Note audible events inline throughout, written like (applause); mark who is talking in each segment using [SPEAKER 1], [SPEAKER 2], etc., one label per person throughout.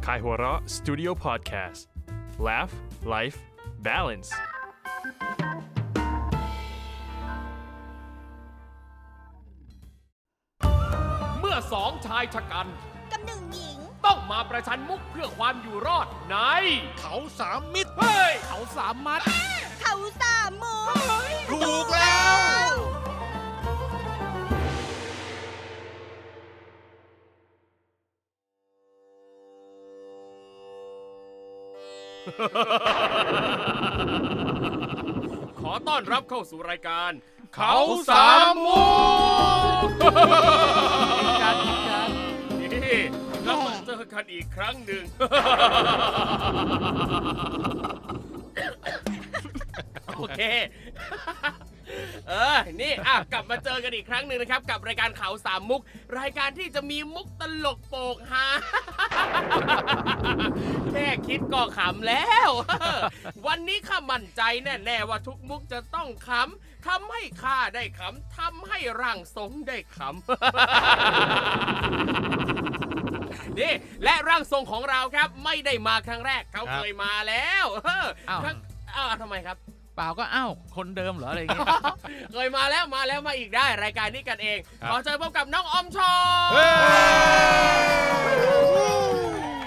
[SPEAKER 1] Kaihura Studio Podcast Laugh Life Balance
[SPEAKER 2] เมื่อสองชายชะกัน
[SPEAKER 3] กับหนึ่งหญิง
[SPEAKER 2] ต้องมาประชันมุกเพื่อความอยู่รอดใน
[SPEAKER 4] เขาสามมิตร
[SPEAKER 2] เฮ้ย เขาสามมัด
[SPEAKER 3] เขาสามหมู
[SPEAKER 4] ถูกแล้ว
[SPEAKER 2] ขอต้อนรับเข้าสู่รายการ
[SPEAKER 4] เขา
[SPEAKER 2] เขา
[SPEAKER 4] สา
[SPEAKER 2] สาม ม
[SPEAKER 4] มุ
[SPEAKER 2] มุกนี่กลับมาเจอกันอีกครั้งหนึ่ง โอเค เออ นี่อ่ะกลับมาเจอกันอีกครั้งหนึ่งนะครับ กับรายการเขาสามมุก รายการที่จะมีมุกตลกโปกฮา (laughs) แค่คิดก็ขำแล้ว (laughs) วันนี้ข้ามั่นใจแน่ๆว่าทุกมุกจะต้องขำ ทำให้ข้าได้ขำ ทำให้ร่างทรงได้ขำ (laughs) นี่และร่างทรงของเราครับไม่ได้มาครั้งแรกเขา
[SPEAKER 4] ครับ
[SPEAKER 2] เคยมาแล้ว (laughs) เออ
[SPEAKER 5] อ้าว
[SPEAKER 2] ครั้งอ้าวทำไมครับ
[SPEAKER 5] เปล่าก็อ้าวคนเดิมเหรออะไรอย่างเงี้ย
[SPEAKER 2] เคยมาแล้วมาแล้วมาอีกได้ รายการนี้กันเอง
[SPEAKER 4] ครั
[SPEAKER 2] ข
[SPEAKER 4] บ
[SPEAKER 2] อเชิญพบกับน้องอมชอม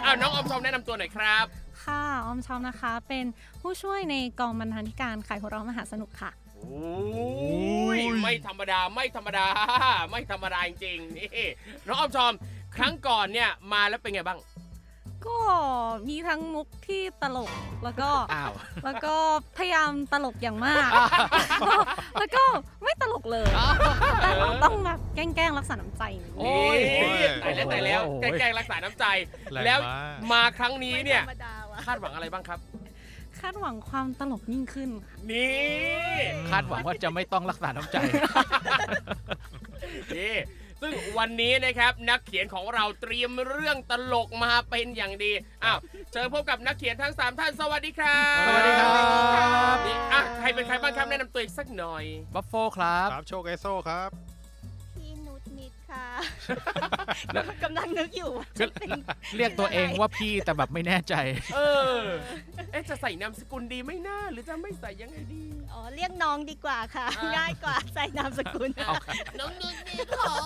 [SPEAKER 2] อ้าวน้องอมชอมแนะนำตัวหน่อยครับ
[SPEAKER 6] ค่ะ ออมชอมนะคะ เป็นผู้ช่วยในกองบรรณาธิการขายหัวเราะมหาสนุกค่ะ
[SPEAKER 2] โอ้ยไม่ธรรมดาไม่ธรรมดา ไม่ธรรมดาจริงๆนี่น้องออมชอม ครั้งก่อนเนี่ยมาแล้วเป็นไงบ้าง
[SPEAKER 6] ก็มีทั้งมุกที่ตลก แล้วก็
[SPEAKER 5] อ้าว
[SPEAKER 6] แล้วก็พยายามตลกอย่างมาก แล้วก็ไม่ตลกเลย แต่เราต้องแบบแกล้งๆรักษาน้ำใจนิดนึง
[SPEAKER 2] โอ้ยตายแล้วตายแล้ว
[SPEAKER 5] โอ้โห
[SPEAKER 2] แกล้งๆรักษาน้ำใจ
[SPEAKER 4] แรง
[SPEAKER 2] แล้ว
[SPEAKER 4] มาก
[SPEAKER 2] มาครั้งนี้เนี่ย
[SPEAKER 3] ไม่ธรรมดาว่ะ
[SPEAKER 2] คาดหวังอะไรบ้างครับ
[SPEAKER 6] คาดหวังความตลกยิ่งขึ้นค่ะ
[SPEAKER 2] นี่
[SPEAKER 5] คาดหวังว่าจะไม่ต้องรักษาน้ำใจ
[SPEAKER 2] (laughs) นี่ซึ่งวันนี้นะครับนักเขียนของเราเตรียมเรื่องตลกมาเป็นอย่างดี อ้าวเชิญพบกับนักเขียนทั้ง 3 ท่านสวัสดีครับ
[SPEAKER 5] สวัสดีครับ
[SPEAKER 2] นี่อ่ะใครเป็นใครบ้างครับแนะนำตัวอีกสักหน่อย
[SPEAKER 5] บัฟโฟครับ
[SPEAKER 4] สามโชคไอโซครับ
[SPEAKER 3] พี่นุชนิดค่ะกำลังนึกอยู่ว่า
[SPEAKER 5] ก็
[SPEAKER 3] จะเป็น
[SPEAKER 5] เรียกตัวเองว่าพี่แต่แบบไม่แน่ใจ
[SPEAKER 2] เออ เอ๊ะจะใส่นามสกุลดีไหมนะหรือจะไม่ใส่ยังไงดี
[SPEAKER 3] อ๋อเรียกน้องดีกว่าค่ะ
[SPEAKER 2] อ่า
[SPEAKER 3] ง่ายกว่าใส่นามสกุล
[SPEAKER 5] เอา
[SPEAKER 3] น้องนุชนิดหอม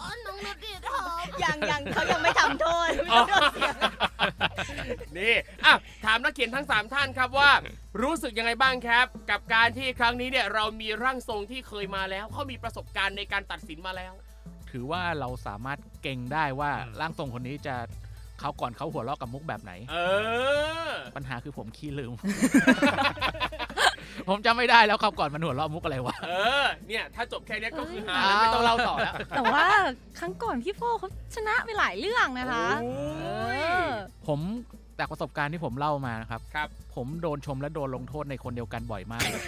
[SPEAKER 3] อ๋อน้องนุชนิดหอม (laughs) ยังยังเขายังไม่ทำโทษไม่ต้องโดนเสียง
[SPEAKER 2] นี่อ่ะถามนักเขียนทั้ง 3 ท่านครับว่า รู้สึกยังไงบ้างครับ กับการที่ครั้งนี้เนี่ยเรามีร่างทรงที่เคยมาแล้วเขามีประสบการณ์ในการตัดสินมาแล้ว
[SPEAKER 5] ถือว่าเราสามารถเก่งได้ว่า
[SPEAKER 4] อืม
[SPEAKER 5] ร่างทรงคนนี้จะเขาก่อนเขาหัวเราะกับมุกแบบไหน
[SPEAKER 2] เออ
[SPEAKER 5] ปัญหาคือผมขี้ลืม (laughs) ผมจำไม่ได้แล้วครับก่อนมันหัวเราะมุกอะไรวะ
[SPEAKER 2] เออ เนี่ย ถ้าจบแค่เนี้ยก็คือหาแล้วไม่ต้องเล่าต่อแล้ว
[SPEAKER 6] แต่ว่าครั้งก่อนพี่โฟเขาชนะไปหลายเรื่องนะคะเออ
[SPEAKER 5] ผมจากประสบการณ์ที่ผมเล่ามานะครับ
[SPEAKER 2] ครับ
[SPEAKER 5] ผมโดนชมและโดนลงโทษในคนเดียวกันบ่อยมากเลย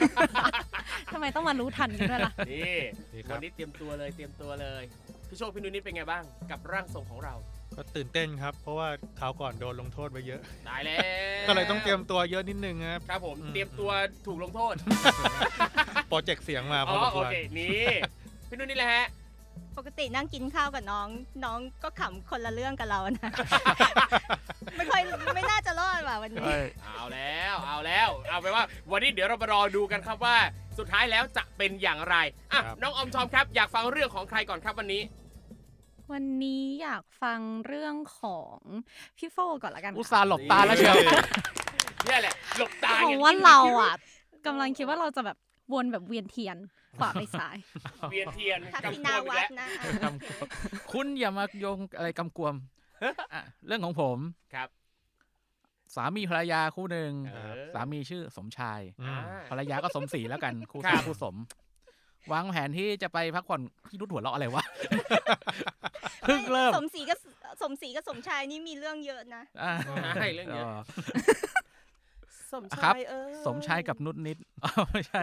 [SPEAKER 6] ทำไมต้องมารู้ทันกันด้วยล่ะ
[SPEAKER 2] นี่
[SPEAKER 4] ดีครั
[SPEAKER 2] วั
[SPEAKER 4] บ
[SPEAKER 2] นนี้เตรียมตัวเลย เตรียมตัวเลย พี่โชคพี่นุ้ยนี่เป็นไงบ้างกับร่างทรงของเรา
[SPEAKER 4] ก็ตื่นเต้นครับ เพราะว่าคราวก่อนโดนลงโทษไปเยอะ
[SPEAKER 2] ตายแล้ว
[SPEAKER 4] (laughs) ก็เลยต้องเตรียมตัวเยอะนิดนึงครับ
[SPEAKER 2] ครับผม
[SPEAKER 4] อืม
[SPEAKER 2] เตรียมตัวถูกลงโทษ
[SPEAKER 4] โปรเจกต์เสียงมาพ
[SPEAKER 2] อ๋
[SPEAKER 4] อ
[SPEAKER 2] อ
[SPEAKER 4] สม
[SPEAKER 2] โอ
[SPEAKER 4] ควร
[SPEAKER 2] เค นี่ พี่นุ้ยนี่แหละฮะ
[SPEAKER 3] ปกตินั่งกินข้าวกับน้อง น้องก็ขำคนละเรื่องกับเรานะ (laughs) ไม่ค่อยไม่น่าจะรอดว่ะวันนี้
[SPEAKER 4] (laughs)
[SPEAKER 2] เอาแล้วเอาแล้วเอาไปนว่าวันนี้เดี๋ยวเรามารอดูกันครับว่า สุดท้ายแล้วจะเป็นอย่างไรอ่ะน้องออมชอมครับอยากฟังเรื่องของใครก่อนครับวันนี้
[SPEAKER 6] วันนี้อยากฟังเรื่องของพี่โฟก่อนละกันค่ะ
[SPEAKER 5] อุตส่าห์หลบตาแล้วเชียว
[SPEAKER 2] เนี่ยแหละหลบตา
[SPEAKER 6] เพ
[SPEAKER 2] อย่ง
[SPEAKER 6] ราะ
[SPEAKER 2] นี้
[SPEAKER 6] ว่าเราอ่ะกำลังคิดว่าเราจะแบบวนแบบเวียนเทียนขวาไปซ้าย
[SPEAKER 2] เวียนเทียน
[SPEAKER 3] ทัก
[SPEAKER 2] กับ
[SPEAKER 3] ษิ
[SPEAKER 2] ตั
[SPEAKER 3] นาว
[SPEAKER 2] อีก
[SPEAKER 3] วัด
[SPEAKER 2] แล้ว
[SPEAKER 3] นะ
[SPEAKER 5] (laughs) กำกวมคุณอย่ามาโยงอะไรกำกวมอ่ะเรื่องของผม
[SPEAKER 2] ครับ
[SPEAKER 5] สามีภรรยาคู่หนึ่ง
[SPEAKER 2] เออ
[SPEAKER 5] สามีชื่อสมชาย
[SPEAKER 4] อืม
[SPEAKER 5] ภรรยาก็สมศรีแล้วกัน คู่
[SPEAKER 2] ครั
[SPEAKER 5] สา
[SPEAKER 2] บ
[SPEAKER 5] คู่สม วางแผนที่จะไปพักผ่อนที่รุดหัวเราะอะไรวะ เพิ่งเริ่ม
[SPEAKER 3] สมศรีกับสมศรีกับสมชายนี่มีเรื่องเยอะนะ
[SPEAKER 5] อ่ะ
[SPEAKER 2] ใช่เรื่องเนี้ย
[SPEAKER 5] อ๋อ
[SPEAKER 3] สม
[SPEAKER 5] ครั
[SPEAKER 3] ชา
[SPEAKER 5] บ
[SPEAKER 3] ยเออ
[SPEAKER 5] สมชายกับนุดนิด (laughs) อ๋อไม่ใช่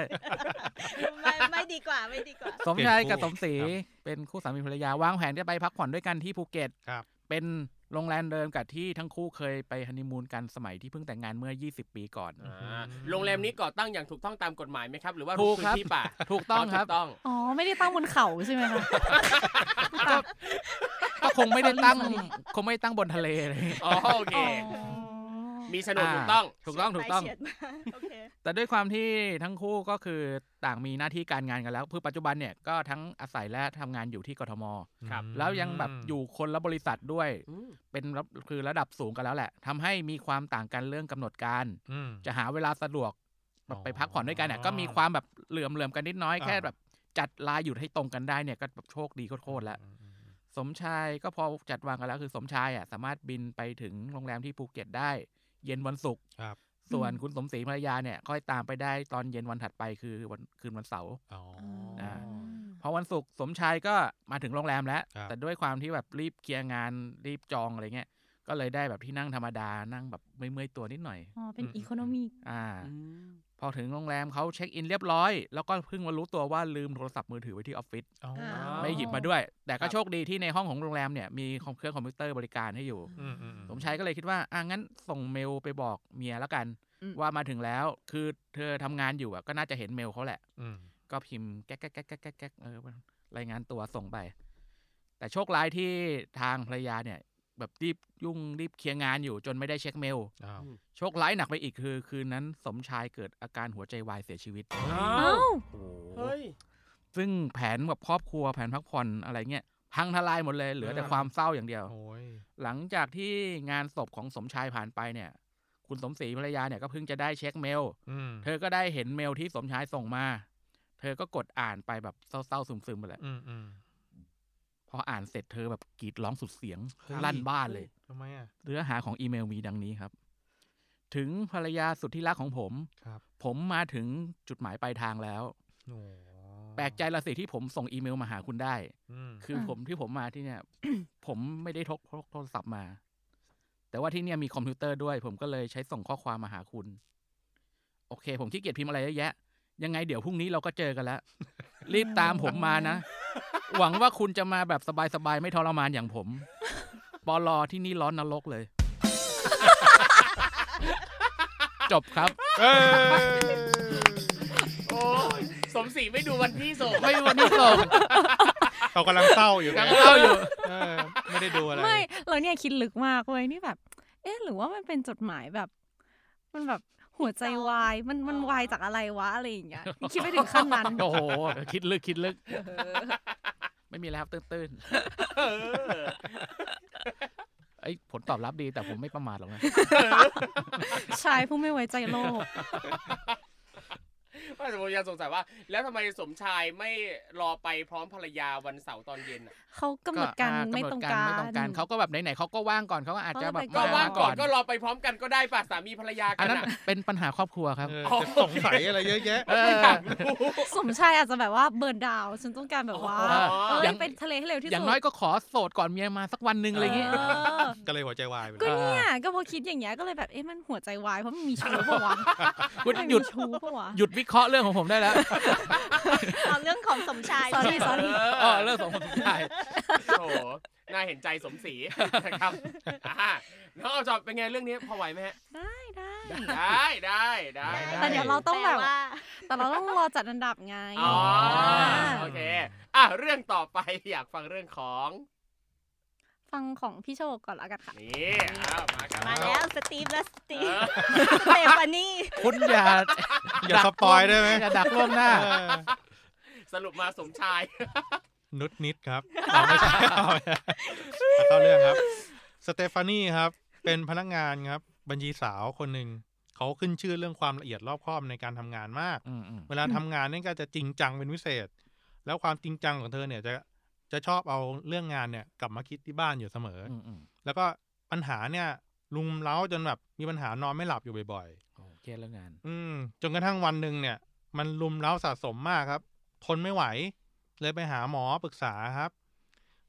[SPEAKER 3] ไม่ไม่ดีกว่าไม่ดีกว่า
[SPEAKER 5] สมชายกับ
[SPEAKER 4] เปลี่
[SPEAKER 5] ส
[SPEAKER 4] ยน
[SPEAKER 5] ม
[SPEAKER 4] คู่
[SPEAKER 5] ศรี
[SPEAKER 4] ครับ
[SPEAKER 5] เป็นคู่สามีภรรยาวางแผนจะไปพักผ่อนด้วยกันที่ภูเก็ต
[SPEAKER 4] ครับ
[SPEAKER 5] เป็นโรงแรมเดิมกับที่ทั้งคู่เคยไปฮันนีมูนกันสมัยที่เพิ่งแต่งงานเมื่อ 20 ปีก่อน
[SPEAKER 2] อ่าโรงแรมนี้ก่อตั้งอย่างถูกต้องตามกฎหมายไหมครับ หรือว่า
[SPEAKER 5] ถูก
[SPEAKER 2] พื้
[SPEAKER 5] คน รับ
[SPEAKER 2] ที่ป่า
[SPEAKER 5] ถูกต้อง
[SPEAKER 2] ถู
[SPEAKER 5] ครับ
[SPEAKER 2] กต้อง
[SPEAKER 6] อ๋อ ไม่ได้ตั้งบนเขาใช่ไหมคะ
[SPEAKER 5] ก็คงไม่ได้ตั้งคงไม่ได้ตั้งบนทะเลเลย
[SPEAKER 2] อ๋อโอเค
[SPEAKER 6] อ๋อ
[SPEAKER 2] มีสนุก
[SPEAKER 5] อ่า
[SPEAKER 2] ถูกต้อง
[SPEAKER 5] ถูกต้องถูกต้อง
[SPEAKER 3] เฉียดมาโอเค
[SPEAKER 5] แต่ด้วยความที่ทั้งคู่ก็คือต่างมีหน้าที่การงานกันแล้วคือปัจจุบันเนี่ยก็ทั้งอาศัยและทำงานอยู่ที่กทม
[SPEAKER 2] ครับ
[SPEAKER 5] แล้วยังแบบอยู่คนละบริษัทด้วย
[SPEAKER 2] อืม
[SPEAKER 5] เป็นระคือระดับสูงกันแล้วแหละทำให้มีความต่างกันเรื่องกำหนดการ
[SPEAKER 4] อืม
[SPEAKER 5] จะหาเวลาสะดวกแบ
[SPEAKER 4] อ๋
[SPEAKER 5] บ
[SPEAKER 4] อ
[SPEAKER 5] ไปพักผ่อนด้วยกันเนี่ยก็มีความแบบเหลื่อมเหลื่อมกันนิดน้อย
[SPEAKER 4] อ่า
[SPEAKER 5] แค่แบบจัดลาอยู่ให้ตรงกันได้เนี่ยก็แบบโชคดีโคตรๆแล้ว
[SPEAKER 4] อืม
[SPEAKER 5] สมชายก็พอจัดวางกันแล้วคือสมชายอ่ะสามารถบินไปถึงโรงแรมที่ภูเก็ตได้ เย็นวันศุกร์
[SPEAKER 4] ครับ
[SPEAKER 5] ส่วน
[SPEAKER 6] อืม
[SPEAKER 5] คุณสมศรีภรรยาเนี่ยค่อยตามไปได้ตอนเย็นวันถัดไปคือวันคืนวันเสาร์
[SPEAKER 4] อ๋อ
[SPEAKER 5] อ่า พอวันศุกร์สมชายก็มาถึงโรงแรมแล้ว
[SPEAKER 4] ครับ
[SPEAKER 5] แต่ด้วยความที่แบบรีบเคลียร์งานรีบจองอะไรเงี้ยก็เลยได้แบบที่นั่งธรรมดานั่งแบบเมื่อยๆตัวนิดหน่อย
[SPEAKER 6] อ๋อ เป็น
[SPEAKER 4] อืม
[SPEAKER 6] อีโคโนมี
[SPEAKER 5] อ่า
[SPEAKER 2] อืม
[SPEAKER 5] พอถึงโรงแรมเขาเช็คอินเรียบร้อย แล้วก็เพิ่งมารู้ตัวว่าลืมโทรศัพท์มือถือไว้ที่ออฟฟิศ
[SPEAKER 4] อ๋ออ
[SPEAKER 5] ไม่หยิบมาด้วย แต่ก็โชคดีที่ในห้องของโรงแรมเนี่ยมีคอมเครื่องคอมพิวเตอร์บริการให้อยู่
[SPEAKER 4] อืมอืมอืม
[SPEAKER 5] สมชายก็เลยคิดว่าอ่ะงั้นส่งเมลไปบอกเมียแล้วกัน
[SPEAKER 6] อืม
[SPEAKER 5] ว่ามาถึงแล้วคือเธอทำงานอยู่อะก็น่าจะเห็นเมลเขาแหละ
[SPEAKER 4] อืม
[SPEAKER 5] ก็พิมพ์แก๊กแก๊กแก๊กแก๊กแก๊กแก๊กเออรายงานตัวส่งไป แต่โชคร้ายที่ทางภรรยาเนี่ย แบบรีบยุ่งรีบเคลียร์งานอยู่จนไม่ได้เช็คเมล
[SPEAKER 4] อ้าว
[SPEAKER 5] โชคร้ายหนักไปอีกคือ คืนนั้นสมชายเกิดอาการหัวใจวายเสียชีวิต
[SPEAKER 2] อ้า
[SPEAKER 6] เอ้าว
[SPEAKER 5] โอ้
[SPEAKER 2] เฮ้ย
[SPEAKER 5] ซึ่งแผนแบบครอบครัวแผนพักผ่อนอะไรเงี้ยพังทลายหมดเลยเหลือแต่ความเศร้าอย่างเดียว
[SPEAKER 4] โอ้ย
[SPEAKER 5] หลังจากที่งานศพของสมชายผ่านไปเนี่ย คุณสมศรีภรรยาเนี่ยก็เพิ่งจะได้เช็คเมล
[SPEAKER 4] อืม
[SPEAKER 5] เธอก็ได้เห็นเมลที่สมชายส่งมา เธอก็กดอ่านไปแบบเศร้าๆซึมๆไปแหละ
[SPEAKER 4] อืมอืม
[SPEAKER 5] พออ่านเสร็จเธอแบบกรีดร้องสุดเสียงลั่นบ้านเลย
[SPEAKER 4] ทำไมอ่ะ
[SPEAKER 5] เนื้อหาของอีเมลมีดังนี้ครับ ถึงภรรยาสุดที่รักของผม
[SPEAKER 4] ครับ
[SPEAKER 5] ผมมาถึงจุดหมายปลายทางแล้ว
[SPEAKER 4] โอ้
[SPEAKER 5] แปลกใจละสิที่ผมส่งอีเมลมาหาคุณได้
[SPEAKER 4] อืม
[SPEAKER 5] คือผมที่ผมมาที่เนี่ย (coughs) ผมไม่ได้ทกพกโทรศัพท์มา แต่ว่าที่เนี่ยมีคอมพิวเตอร์ด้วย ผมก็เลยใช้ส่งข้อความมาหาคุณ โอเค ผมขี้เกียจพิมพ์อะไรเยอะแยะ ยังไงเดี๋ยวพรุ่งนี้เราก็เจอกันแล้ว รีบตามผมมานะ หวังว่าคุณจะมาแบบสบายๆ ไม่ทรมานอย่างผมปอลอที่นี่ร้อนนรกเลย (laughs) จบครับ
[SPEAKER 4] เอ้ย
[SPEAKER 2] โอ้ยสมศรีไม่ดูวันที่ส่ง
[SPEAKER 5] ไม่มีวันที่ส่ง
[SPEAKER 4] เรากำลังเศร้าอยู่ไ
[SPEAKER 5] กำลังเล่าอยู่
[SPEAKER 4] เออไม่ได้ดูอะไร
[SPEAKER 6] ไม่ เราเนี่ยคิดลึกมากเว้ยนี่แบบ เอ๊ะ หรือว่ามันเป็นจดหมายแบบ มันแบบหัวใจวาย มันมันวายจากอะไรวะอะไรอย่างเงี้ย คิดไปถึงขั้นนั้น
[SPEAKER 5] (laughs) โอ้โห คิดลึกคิดลึก ไม่มีแล้วครับตื้นๆ
[SPEAKER 2] เออ
[SPEAKER 5] ไอ้ยผลตอบรับดีแต่ผมไม่ประมาทหรอกนะ
[SPEAKER 6] ชายผู้ไม่ไว้ใจโลก
[SPEAKER 2] ว่าแต่ผมยังสงสัยว่า แล้วทำไมสมชายไม่รอไปพร้อมภรรยาวันเสาร์ตอนเย็นน่ะ
[SPEAKER 6] เขากำหนดการ
[SPEAKER 5] อ่
[SPEAKER 6] ไม่ตรงกัน
[SPEAKER 5] ไม่ตรงกันเขาก็แบบไหนๆเขาก็ว่างก่อนเขาก็อาจจะแบบ
[SPEAKER 6] เขา
[SPEAKER 2] ก็
[SPEAKER 6] ไป
[SPEAKER 2] ว่างก่อนก็รอไปพร้อมกันก็ได้ป่ะสามีภรรยา
[SPEAKER 5] อั
[SPEAKER 2] กัน น
[SPEAKER 5] นั้น
[SPEAKER 2] น่ะ
[SPEAKER 5] เป็นปัญหาครอบครัวครับ
[SPEAKER 4] เออ
[SPEAKER 2] อ๋อ
[SPEAKER 4] จะสงสัยอะไรเยอะแยะ
[SPEAKER 5] เออ
[SPEAKER 6] สมชายอาจจะแบบว่าเบิร์นดาวน์ฉันต้องการแบบว่า
[SPEAKER 2] อ๋อ
[SPEAKER 6] เอ้
[SPEAKER 5] อย ย่าง
[SPEAKER 6] ไปทะเลให้เร็วที่สุด
[SPEAKER 5] อย่างน้อยก็ขอโสดก่อนเมียมาสักวันหนึ่งอะไรอย่างเงี้ย
[SPEAKER 6] เออ
[SPEAKER 4] ก็เลยหัวใจวายไปเล
[SPEAKER 6] ก็
[SPEAKER 4] ย
[SPEAKER 6] เนี่ยก็พอคิดอย่างเงี้ยก็เลยแบบเอ๊ะมันหัวใจวายเพราะมันมีชู้ปะวะ
[SPEAKER 5] คุณ
[SPEAKER 6] มัน
[SPEAKER 5] หยุด
[SPEAKER 6] มีชู้ปะวะ
[SPEAKER 5] หยุดวิเคราะห์เรื่องของผมได้แล้ว
[SPEAKER 3] เอาเรื่องของสมชาย
[SPEAKER 6] Sorry, sorry
[SPEAKER 5] เออเรื่องของผมได้
[SPEAKER 2] โอ้โหน่าเห็นใจสมศรีนะครับอ่าน้องออมจอบเป็นไงเรื่องนี้พอไหวไหมฮะ
[SPEAKER 6] ได้ได้
[SPEAKER 2] ได้ได้ได้
[SPEAKER 6] แต่เดี๋ยวเราต้องแบบ
[SPEAKER 3] ปลว่า
[SPEAKER 6] แต่เราต้องรอจัดอันดับไง
[SPEAKER 2] อ๋อโอเคอ่ะเรื่องต่อไปอยากฟังเรื่องของ
[SPEAKER 6] ฟังของพี่โชคก่อนละกันค่ะ
[SPEAKER 2] นี่อ่ะมากัน
[SPEAKER 3] มาแล้วสตีฟและส
[SPEAKER 2] เอ
[SPEAKER 3] ตีฟ
[SPEAKER 2] อ
[SPEAKER 3] สเตฟานี่ (laughs)
[SPEAKER 5] คุณอย่า
[SPEAKER 4] อย่าสปอยได้ไหม
[SPEAKER 5] อย่าดักล่วงหน้า
[SPEAKER 4] เออ
[SPEAKER 2] สรุปมาสมชาย
[SPEAKER 4] นุดนิดครับเอาไม่ใช่เอาไม่ใช่
[SPEAKER 5] (laughs)
[SPEAKER 4] เข้าเรื่องครับ สเตฟานี่ครับ เป็นพนักงานครับ บัญชีสาวคนหนึ่ง เขาขึ้นชื่อเรื่องความละเอียดรอบคอบในการทำงานมาก
[SPEAKER 5] อืมอืม
[SPEAKER 4] เวลาทำงานเนี่ยก็จะจริงจังเป็นพิเศษ แล้วความจริงจังของเธอเนี่ยจะจะชอบเอาเรื่องงานเนี่ยกลับมาคิดที่บ้านอยู่เสมอ
[SPEAKER 5] อืมอืม
[SPEAKER 4] แล้วก็ปัญหาเนี่ยลุมเล้าจนแบบมีปัญหานอนไม่หลับอยู่บ่อยๆ
[SPEAKER 5] โอเคเรื่องงาน
[SPEAKER 4] อืมจนกระทั่งวันหนึ่งเนี่ย มันลุมเร้าสะสมมากครับ ทนไม่ไหว เลยไปหาหมอปรึกษาครับ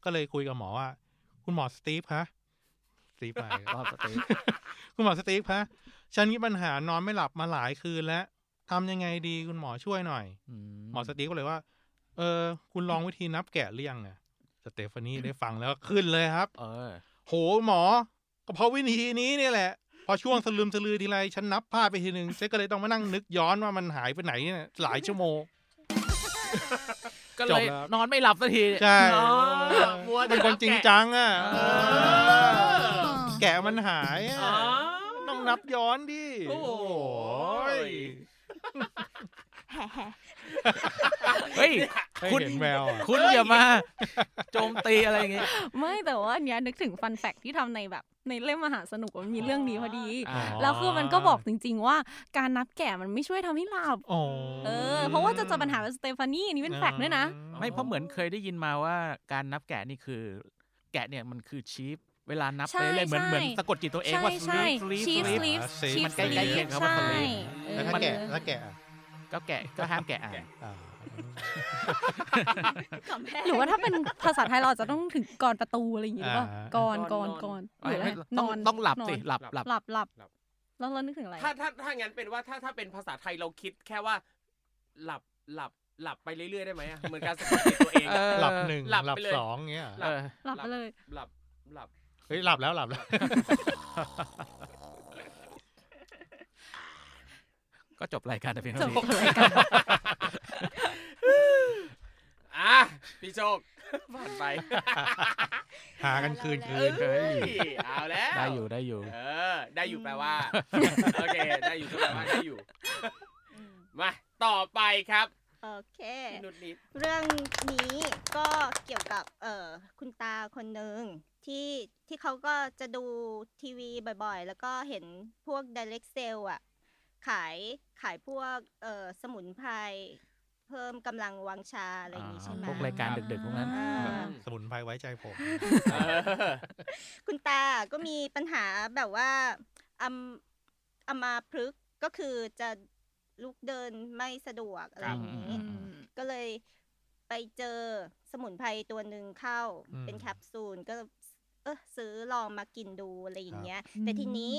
[SPEAKER 4] ก็เลยคุยกับหมอว่า คุณหมอสตีฟคะสตีฟไป
[SPEAKER 5] (laughs) รอบสเต็ก
[SPEAKER 4] คุณหมอสตีฟคะฉันมีปัญหานอนไม่หลับมาหลายคืนแล้วทำยังไงดีคุณหมอช่วยหน่อย หมอสตีฟก็เลยว่า เออ คุณลองวิธีนับแกะหรือยังอะสเตฟานี่ได้ฟังแล้วก็ขึ้นเลยครับ
[SPEAKER 5] เออ
[SPEAKER 4] โหหมอ ก็เพราะวิธีนี้เนี่ยแหละ พอช่วงสลืมสลือทีไรฉันนับพลาดไปทีหนึ่งฉันก็เลยต้องมานั่งนึกย้อนว่ามันหายไปไหนเนี่ยหลายชั่วโมง
[SPEAKER 5] ก็
[SPEAKER 4] จ
[SPEAKER 5] เลย
[SPEAKER 4] บแล้ว
[SPEAKER 5] นอนไม่หลับสักที
[SPEAKER 4] ใช่
[SPEAKER 2] อ๋อมัวแต่
[SPEAKER 4] เป็นคนจริง
[SPEAKER 2] นับแกะ
[SPEAKER 4] จังอ่ะ
[SPEAKER 5] เอ
[SPEAKER 2] อ
[SPEAKER 4] แกะมันหายอะ
[SPEAKER 2] อ๋อ
[SPEAKER 4] ต้องนับย้อนดิ
[SPEAKER 2] โอ้โห
[SPEAKER 4] ย
[SPEAKER 3] แฮ่
[SPEAKER 5] เฮ้ย
[SPEAKER 4] ให้
[SPEAKER 5] คุณ
[SPEAKER 4] เห็นแมวอะ
[SPEAKER 5] คุณอย่ามา โจมตีอะไรอย่างงี้
[SPEAKER 6] ไม่แต่ว่าอันเนี้ยนึกถึงฟันแฟกที่ทำในแบบในเล่มมหาสนุกอะมันมีเรื่องนี้พอดี
[SPEAKER 5] อ่า
[SPEAKER 6] แล้วคือมันก็บอกจริง ๆ ว่าการนับแก่มันไม่ช่วยทำให้หลับ
[SPEAKER 4] อ๋อ
[SPEAKER 6] เออ เพราะว่าจะเจอปัญหาแบบสเตฟานี่อันนี้เป็นแฟกต์ด้วยนะ
[SPEAKER 5] ไม่เพราะเหมือนเคยได้ยินมาว่าการนับแกะนี่คือ แกะเนี่ยมันคือชีฟเวลานับ
[SPEAKER 6] ใช่
[SPEAKER 5] ไปเรื่อยๆเหมือน
[SPEAKER 6] ใช่
[SPEAKER 5] เหมือนสะกดจิตตัวเอง
[SPEAKER 6] ใช่
[SPEAKER 5] ว่า
[SPEAKER 6] ใช่
[SPEAKER 5] sleep
[SPEAKER 6] ชีฟ
[SPEAKER 5] sleep
[SPEAKER 6] สลีฟ
[SPEAKER 5] sleep
[SPEAKER 6] ชีฟ
[SPEAKER 5] มัน
[SPEAKER 6] ส
[SPEAKER 5] ใกล้
[SPEAKER 6] ลี
[SPEAKER 5] ใกล้เคีย
[SPEAKER 6] ฟ
[SPEAKER 5] งครับว่า
[SPEAKER 6] ใช่
[SPEAKER 5] sleep
[SPEAKER 4] แล้วถ้า
[SPEAKER 5] มัน
[SPEAKER 4] แกะถ้าแกะอะ
[SPEAKER 5] ก็แกะก็ห้ามแกะอ่าน
[SPEAKER 4] อ่า
[SPEAKER 6] หรือว่าถ้าเป็นภาษาไทยเราอาจจะต้องถึงก่อนประตูอะไรอย่างงี้หรือเปล่าก่อนก่อนก่อนหรืออะไร
[SPEAKER 5] ไม่ต้องต้องหลับสิหลับหลับ
[SPEAKER 6] หลับหลับแล้วเรานึกถึงอะไร
[SPEAKER 2] ถ้าถ้าถ้างั้นเป็นว่าถ้าถ้าเป็นภาษาไทยเราคิดแค่ว่า หลับหลับหลับไปเรื่อยๆได้ไหมอะเหมือนการสะกดจิตตัวเองอะ
[SPEAKER 4] หลับหนึ่ง
[SPEAKER 2] หลับ
[SPEAKER 4] หลับ
[SPEAKER 2] ไปเลย
[SPEAKER 4] สองเงี้ย
[SPEAKER 5] เออ
[SPEAKER 6] หลับไปเลย
[SPEAKER 2] หลับหลับ
[SPEAKER 4] เฮ้ยหลับแล้วหลับแล้ว
[SPEAKER 5] ก็จบรายการแต่เพียง
[SPEAKER 6] จบ
[SPEAKER 5] เท่านี้
[SPEAKER 6] รายการ
[SPEAKER 2] อ่ะ พี่โชค (laughs) ผ่านไป
[SPEAKER 4] หากันคืนคื
[SPEAKER 3] เอ้
[SPEAKER 2] เอ้
[SPEAKER 4] น
[SPEAKER 3] ย
[SPEAKER 2] ยเอาแล้ว
[SPEAKER 5] ได้อยู่ได้อยู่
[SPEAKER 2] เออ ได้อยู่แปลว่า โอเค ได้อยู่ก็แปลว่าได้อยู่ มา ต่อไปครับ
[SPEAKER 3] โอเค
[SPEAKER 2] พี่นุชนิด
[SPEAKER 3] เรื่องนี้ก็เกี่ยวกับเอ่อคุณตาคนหนึ่งที่ที่เขาก็จะดูทีวีบ่อยๆ แล้วก็เห็นพวก direct sale อ่ะ ขายขายพวกเอ่อสมุนไพรเพิ่มกำลังวังชาอะไรอย่างนี้ใช่ไหม
[SPEAKER 5] พวกรายการดึกๆพวกนั้น
[SPEAKER 3] อ่า
[SPEAKER 4] สมุนไพรไว้ใจผม
[SPEAKER 2] (laughs) เออ
[SPEAKER 3] คุณตาก็มีปัญหาแบบว่าอัมอัมาพฤกษ์ก็คือจะลุกเดินไม่สะดวกอะไรอย่างนี้
[SPEAKER 5] อืม
[SPEAKER 3] ก็เลยไปเจอสมุนไพรตัวหนึ่งเข้า
[SPEAKER 4] อืม
[SPEAKER 3] เป็นแคปซูลก็เออซื้อลองมากินดูอะไรอย่างเงี้
[SPEAKER 6] ค
[SPEAKER 3] ย
[SPEAKER 6] รับ
[SPEAKER 3] แต่
[SPEAKER 6] อืม
[SPEAKER 3] ทีนี้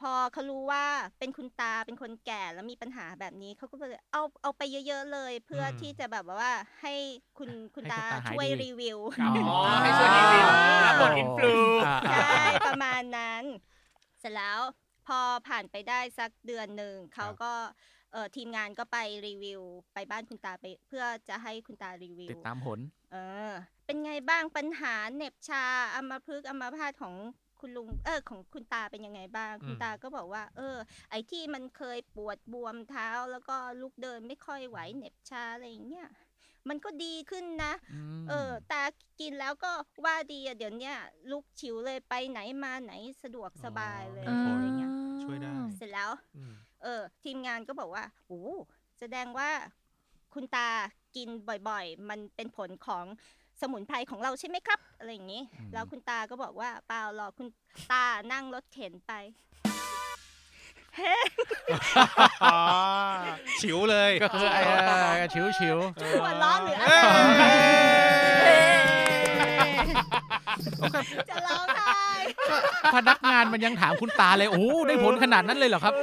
[SPEAKER 3] พอเขารู้ว่าเป็นคุณตาเป็นคนแก่แล้วมีปัญหาแบบนี้เขาก็เลยเอาเอาไปเยอะ ๆ เลย เพื่ออ
[SPEAKER 4] ม
[SPEAKER 3] ที่จะแบบว่าให้คุณคุณตา
[SPEAKER 5] ให้คุณตาหาย
[SPEAKER 3] ช่วย
[SPEAKER 5] ดี
[SPEAKER 3] รีวิว
[SPEAKER 5] อ๋อ
[SPEAKER 2] อ๋อให้ช่วยรีวิวรับบทอินฟลู
[SPEAKER 5] อ่า
[SPEAKER 3] ใช
[SPEAKER 5] อ่า
[SPEAKER 3] ่ ประมาณนั้น เสร็จแล้วพอผ่านไปได้สักเดือนหนึ่งเขาก็เอ่อทีมงานก็ไปรีวิว ไปบ้านคุณตาไป เพื่อจะให้คุณตารีวิว
[SPEAKER 5] ติดตามผล
[SPEAKER 3] เออ เป็นไงบ้างปัญหาเหน็บชาอัมพฤกษ์อัมพาตของคุณลุงเออของคุณตาเป็นยังไงบ้าง
[SPEAKER 4] อืม
[SPEAKER 3] คุณตาก็บอกว่า เออ ไอที่มันเคยปวดบวมเท้า แล้วก็ลุกเดินไม่ค่อยไหวเหน็บชาอะไรอย่างเงี้ยมันก็ดีขึ้นนะ เออตากินแล้วก็ว่าดีอะเดี๋ยวเนี้ยลุกชิวเลยไปไหนมาไหนสะดวกสบายเลย
[SPEAKER 4] อ๋อ
[SPEAKER 3] อะไรเงี้ย
[SPEAKER 4] ช่วยได้
[SPEAKER 3] เสร็จแล้ว
[SPEAKER 4] อืม
[SPEAKER 3] เออ ทีมงานก็บอกว่าโอ้แสดงว่าคุณตากินบ่อยๆ มันเป็นผลของสมุนไพรของเราใช่ไหมครับ อะไรอย่างนี้
[SPEAKER 5] อืม
[SPEAKER 3] แล้วคุณตาก็บอกว่าเปล่าหรอกคุณตานั่งรถเข็นไป
[SPEAKER 4] อ๋อ (laughs) ฉิวเลย
[SPEAKER 5] ก็คือไอ้เอ่อชิว
[SPEAKER 3] จะหัวเร้อนหรืออะ
[SPEAKER 4] เอ้
[SPEAKER 3] ไร
[SPEAKER 4] ย
[SPEAKER 3] จะร้องไห้
[SPEAKER 5] ๆพนักงานมันยังถามคุณตาเลย โอ้โหได้ผลขนาดนั้นเลยเหรอครับ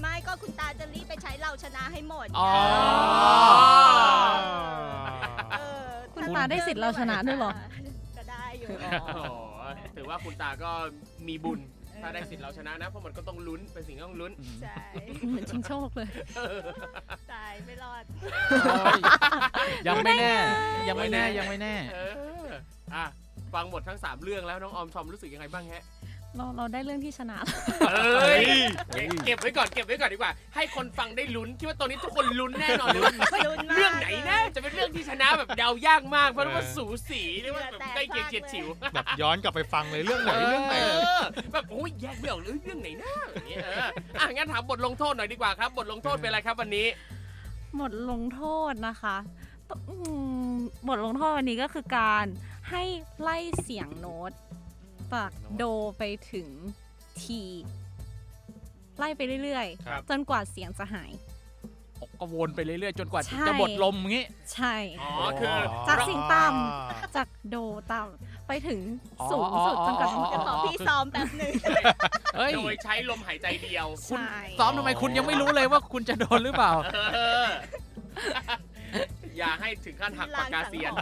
[SPEAKER 3] ไม่ก็คุณตาจะรีบไปใช้เราชนะให้หมด
[SPEAKER 5] อ๋อ
[SPEAKER 3] เออ
[SPEAKER 6] คุณตาได้สิทธิ์เราชนะด้วยเหรอ
[SPEAKER 3] ก็ได้อยู่
[SPEAKER 2] โอ้โหถือว่าคุณตาก็มีบุญ ถ้าได้สิทธิ์เราชนะนะ เพราะมันก็ต้องลุ้น เป็นสิ่งที่ต้องลุ้น
[SPEAKER 3] ใช่
[SPEAKER 6] เหมือนชิงโชคเลย (laughs)
[SPEAKER 3] ตายไม่รอด
[SPEAKER 5] ยังไม่แน่ ยังไม่แน่ยังไม่แน่
[SPEAKER 2] เออ อ่ะ ฟังหมดทั้ง 3 เรื่องแล้ว น้องออมชอมรู้สึกยังไงบ้างฮะ
[SPEAKER 6] เราเราได้เรื่องที่ชนะแล้ว
[SPEAKER 2] เอ้ย เก็บไว้ก่อน เก็บไว้ก่อนดีกว่า ให้คนฟังได้ลุ้น คิดว่าตอนนี้ทุกคนลุ้นแน่นอน
[SPEAKER 3] (laughs)
[SPEAKER 2] เลยว่า
[SPEAKER 3] ลุ้นมาก
[SPEAKER 2] เรื่องไหนนะ จะเป็นเรื่องที่ชนะแบบเดายากมาก เพราะว่าสูสีเรียกว่าแบบใกล้เคียงเฉียดฉิว
[SPEAKER 4] แบบย้อนกลับไปฟังเลยเรื่องไหนเรื่องไหน
[SPEAKER 2] เออแบบโอ้ยแยกไม่ออกเลยเรื่องไหนนะอย่างเงี้ยเอออ่ะงั้นถามบทลงโทษหน่อยดีกว่าครับ บทลงโทษเป็นอะไรครับวันนี้
[SPEAKER 6] หมดลงโทษนะคะตอืมบทลงโทษวันนี้ก็คือการให้ไล่เสียงโน้ตจากโดไปถึงทีไล่ไปเรื่อย
[SPEAKER 4] ครับ
[SPEAKER 6] ๆ จนกว่าเสียงจะหาย
[SPEAKER 5] ก็วนไปเรื่อยๆ จนกว่า
[SPEAKER 6] ใช่
[SPEAKER 5] จะบดลมงี้
[SPEAKER 6] ใช่
[SPEAKER 2] อ๋อ คือ
[SPEAKER 6] จากสิ่งต่
[SPEAKER 4] อ๋อ
[SPEAKER 6] จากโดต่ำไปถึง
[SPEAKER 5] อ๋อ
[SPEAKER 6] สูงสุด
[SPEAKER 5] อ๋อ
[SPEAKER 6] จนกว่า
[SPEAKER 5] อ๋ออ๋
[SPEAKER 3] เดี๋ยวขอพี่ซ้อมแป๊บหนึ่ง
[SPEAKER 5] เอ้ย
[SPEAKER 2] โดยใช้ลมหายใจเดียว
[SPEAKER 6] ใช่
[SPEAKER 5] ซ้อมทำไมคุณยังไม่รู้เลยว่าคุณจะโดนหรือเปล่า
[SPEAKER 2] เออ (laughs) อย่าให้ถึงขั้นหักปากกาเซียน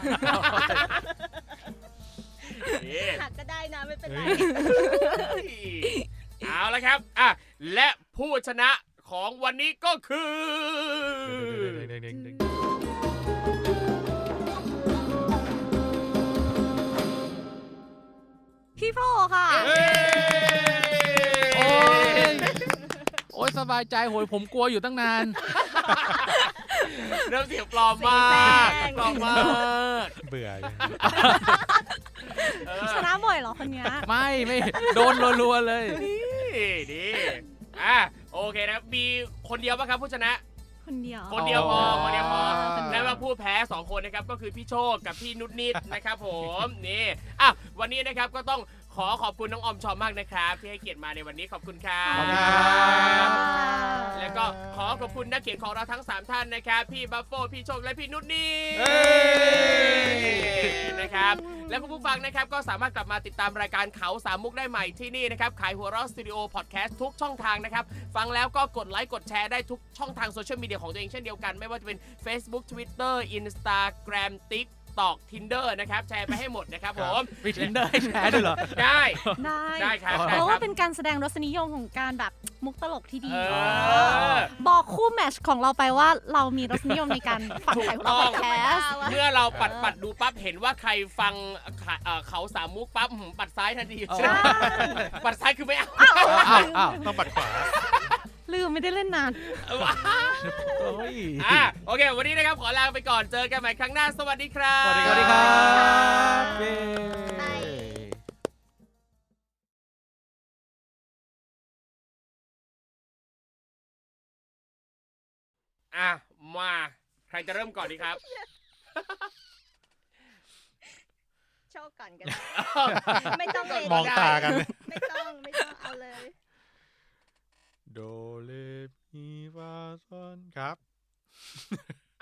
[SPEAKER 2] เอ๊ะ
[SPEAKER 3] หักก็ได้นะไม่เป็นไร
[SPEAKER 4] เฮ้ย
[SPEAKER 2] เอาละครับ อ่ะ และผู้ชนะของวันนี้ก็คือ
[SPEAKER 4] เดี๋ยวๆๆๆๆ
[SPEAKER 6] พี่โพค่ะ
[SPEAKER 2] เอ้
[SPEAKER 5] โอ้
[SPEAKER 2] ย
[SPEAKER 5] ยโอ้ยสบายใจโหยผมกลัวอยู่ตั้งนาน
[SPEAKER 2] เริ่มเสียงปลอมมาก
[SPEAKER 3] เสียงแป้ง
[SPEAKER 2] ปลอมมาก
[SPEAKER 4] เบื่อเลย
[SPEAKER 2] เอ
[SPEAKER 6] ช
[SPEAKER 2] อ
[SPEAKER 6] นะบ่อยเหรอคนเนี้ย
[SPEAKER 5] ไม่ไม่โดนรัวๆเลย
[SPEAKER 2] นี่นี่อ่ะโอเคนะมีคนเดียวปะครับผู้ชนะ
[SPEAKER 6] คนเดียว
[SPEAKER 2] คนเดียวพอ
[SPEAKER 5] อ๋อ
[SPEAKER 2] คนเดียวพอ
[SPEAKER 6] คนเดีย
[SPEAKER 2] และ
[SPEAKER 6] ว
[SPEAKER 2] ว่าผู้แพ้สองคนนะครับก็คือพี่โชคกับพี่นุชนิดนะครับผม (laughs) นี่อ่ะวันนี้นะครับก็ต้องขอขอบคุณน้องออมชอมมากนะครับ ที่ให้เกียรติมาในวันนี้ขอบคุณครั
[SPEAKER 4] ขอบคุณ
[SPEAKER 2] บ
[SPEAKER 4] ครับ
[SPEAKER 2] แล้วก็ขอขอบคุณนักเขียนของเราทั้ง 3 ท่านนะครับ พี่บัฟโฟพี่โชค และพี่นุชนี่
[SPEAKER 4] เอ้ย
[SPEAKER 2] นะครับ และคุณผู้ฟังนะครับก็สามารถกลับมาติดตามรายการเขาสามมุกได้ใหม่ที่นี่นะครับ ขายหัวเราะสตูดิโอพอดแคสต์ทุกช่องทางนะครับ ฟังแล้วก็กดไลค์กดแชร์ได้ทุกช่องทางโซเชียลมีเดียของตัวเองเช่นเดียวกัน ไม่ว่าจะเป็น Facebook Twitter Instagram TikTok Tinder นะครับ แชร์ไปให้หมดนะครับผม
[SPEAKER 5] มีทินเดอร์ให้แชร์ด้วยเหรอ
[SPEAKER 2] ได้
[SPEAKER 6] ได้
[SPEAKER 2] ได้ครับได้
[SPEAKER 6] เพราะ
[SPEAKER 2] ครั
[SPEAKER 6] ว่า
[SPEAKER 2] บ
[SPEAKER 6] เป็นการแสดงรสนิยมของการแบบมุกตลกที่ดี
[SPEAKER 2] เออ
[SPEAKER 6] บอกคู่แมทชของเราไปว่าเรามีรสนิยมในการฝังไข่ของเรา
[SPEAKER 2] ถู
[SPEAKER 6] พ
[SPEAKER 2] ต้
[SPEAKER 6] อก ด
[SPEAKER 2] อง
[SPEAKER 6] แคสต์
[SPEAKER 2] เมื่อเราปัดปัดดูปั๊บเห็นว่าใครฟังขาเอ่อเขาสามมุกปั๊บหืมปัดซ้ายทันที
[SPEAKER 5] อ๋อ
[SPEAKER 2] (laughs) ปัดซ้ายคือไม่เอา
[SPEAKER 5] อ้าวอ้าว
[SPEAKER 4] ต้องปัดขวา
[SPEAKER 6] ลืมไม่ได้เล่นนาน
[SPEAKER 5] โอ้ย
[SPEAKER 2] อ่ะโอเค วันนี้นะครับขอลาไปก่อนเจอกันใหม่ครั้งหน้า สวัสดีครับ
[SPEAKER 5] สวัสดีครับเย้
[SPEAKER 2] อ่ะ มา ใครจะเริ่มก่อนดีครับ
[SPEAKER 3] โชคก่อนกัน ไม่ต้องเลย
[SPEAKER 4] มองตากัน
[SPEAKER 3] ไม่ต้องไม่ต้องเอาเลย
[SPEAKER 4] โดเลมีฟาซอนครับ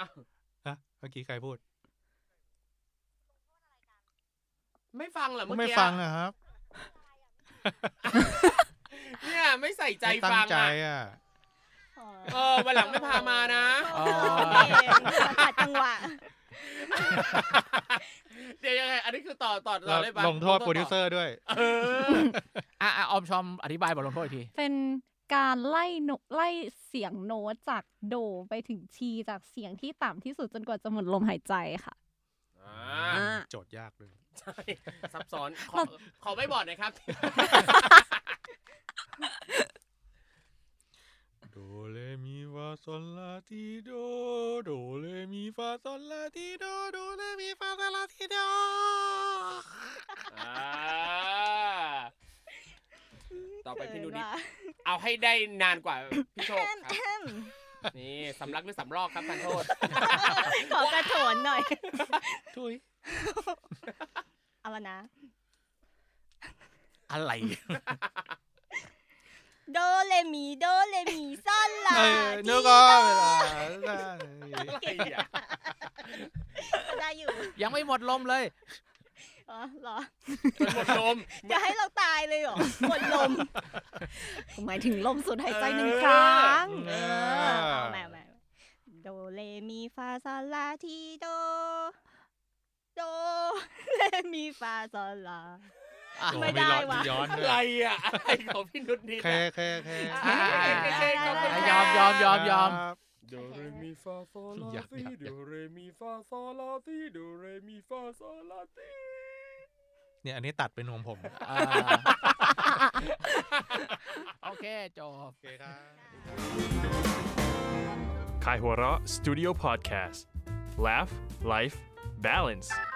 [SPEAKER 2] อ้าว
[SPEAKER 4] ฮะเมื่อกี้ใครพูด
[SPEAKER 2] ไม่ฟังเหรอเมื่อ
[SPEAKER 4] ไม่
[SPEAKER 2] กี้
[SPEAKER 4] ฟังนะครับ
[SPEAKER 2] เนี่ยไม่ใส่ใจ
[SPEAKER 4] ไม่ตั้
[SPEAKER 2] ฟั
[SPEAKER 4] ง
[SPEAKER 2] ง
[SPEAKER 4] ใจ
[SPEAKER 2] อ่ะ
[SPEAKER 4] อ่ะ
[SPEAKER 3] อ๋อ
[SPEAKER 2] เออวันหลังไม่พามานะ
[SPEAKER 5] อ๋อ
[SPEAKER 3] ขัดจังหวะ
[SPEAKER 2] เดี๋ยวยังไงอันนี้คือต่อต่อต่อเลยปะ
[SPEAKER 4] ลงโทษโปรดิวเซอร์ด้วย
[SPEAKER 2] เออ
[SPEAKER 5] อ่ะอ่ะออมชอมอธิบายบทลงโทษอีกที
[SPEAKER 6] เป็นการไล่โนไล่เสียงโน้ตจากโดไปถึงทีจากเสียงที่ต่ำที่สุดจนกว่าจะหมดลมหายใจค่ะ
[SPEAKER 2] อ่า
[SPEAKER 6] อ่า
[SPEAKER 4] โจทย์ยากเลย
[SPEAKER 2] ใช่ซับซ้อน ขอขอไม่บอดหนะครับ (laughs)
[SPEAKER 4] โดเลมีฟาซอนลาทีโด โดเลมีฟาซอนลาทีโด โดเลมีฟาซอนลาทีโด
[SPEAKER 2] อ่า ต่อไปพี่นุนิด
[SPEAKER 3] เขินว่ะ
[SPEAKER 2] เอาให้ได้นานก (coughs) ว่าพี่โชค
[SPEAKER 3] แอม
[SPEAKER 2] ค
[SPEAKER 3] แอ
[SPEAKER 2] รับ
[SPEAKER 3] ม
[SPEAKER 2] นี่สำลักหรือสำรอกครับทันโทษ
[SPEAKER 3] (laughs) ขอกระโถนหน่อย
[SPEAKER 4] ทุย
[SPEAKER 3] เอาละนะ
[SPEAKER 5] อะไร
[SPEAKER 3] โดเลมีโดเลมีซ่อนลา
[SPEAKER 4] เออ
[SPEAKER 3] ที่
[SPEAKER 4] นึกว่าเวลา
[SPEAKER 2] อะไรอ่ะ
[SPEAKER 3] ได้อยู่
[SPEAKER 5] ยังไม่หมดลมเลย
[SPEAKER 3] อ๋อเหรอ
[SPEAKER 2] จนหมดลม
[SPEAKER 3] จะให้เราตายเลยเหรอหมดลม
[SPEAKER 6] หมายถึงลมสุดหายใจหนึ่งครั้ง
[SPEAKER 4] เอ
[SPEAKER 3] (laughs) เออเอาใหม่เอาใหม่โดเลมีฟาซอลลาทีโด โดเลมีฟาซอลลา ไม่ได้ว่ะ
[SPEAKER 4] ย้อน
[SPEAKER 2] อะ
[SPEAKER 4] ด้
[SPEAKER 2] ไร
[SPEAKER 4] วย
[SPEAKER 2] อ่ะ อะไรของพี่นุชนิด
[SPEAKER 4] แค่
[SPEAKER 2] อ่ะ
[SPEAKER 4] แค่แค่
[SPEAKER 2] อ่ะ
[SPEAKER 5] ยอมยอมยอมยอม
[SPEAKER 4] ครับ
[SPEAKER 2] โดเรมีฟาโซลา
[SPEAKER 4] อยาก
[SPEAKER 2] ซี
[SPEAKER 4] อยากอยาก
[SPEAKER 2] โดเรมีฟาโซลาซีโดเรมีฟาโซลาซี
[SPEAKER 4] เนี่ยอันนี้ตัดเป็นของผม
[SPEAKER 5] อ่า (laughs) โอเค จบ
[SPEAKER 4] โอเคครับ
[SPEAKER 1] Kaihura Studio Podcast. Laugh, Life, Balance.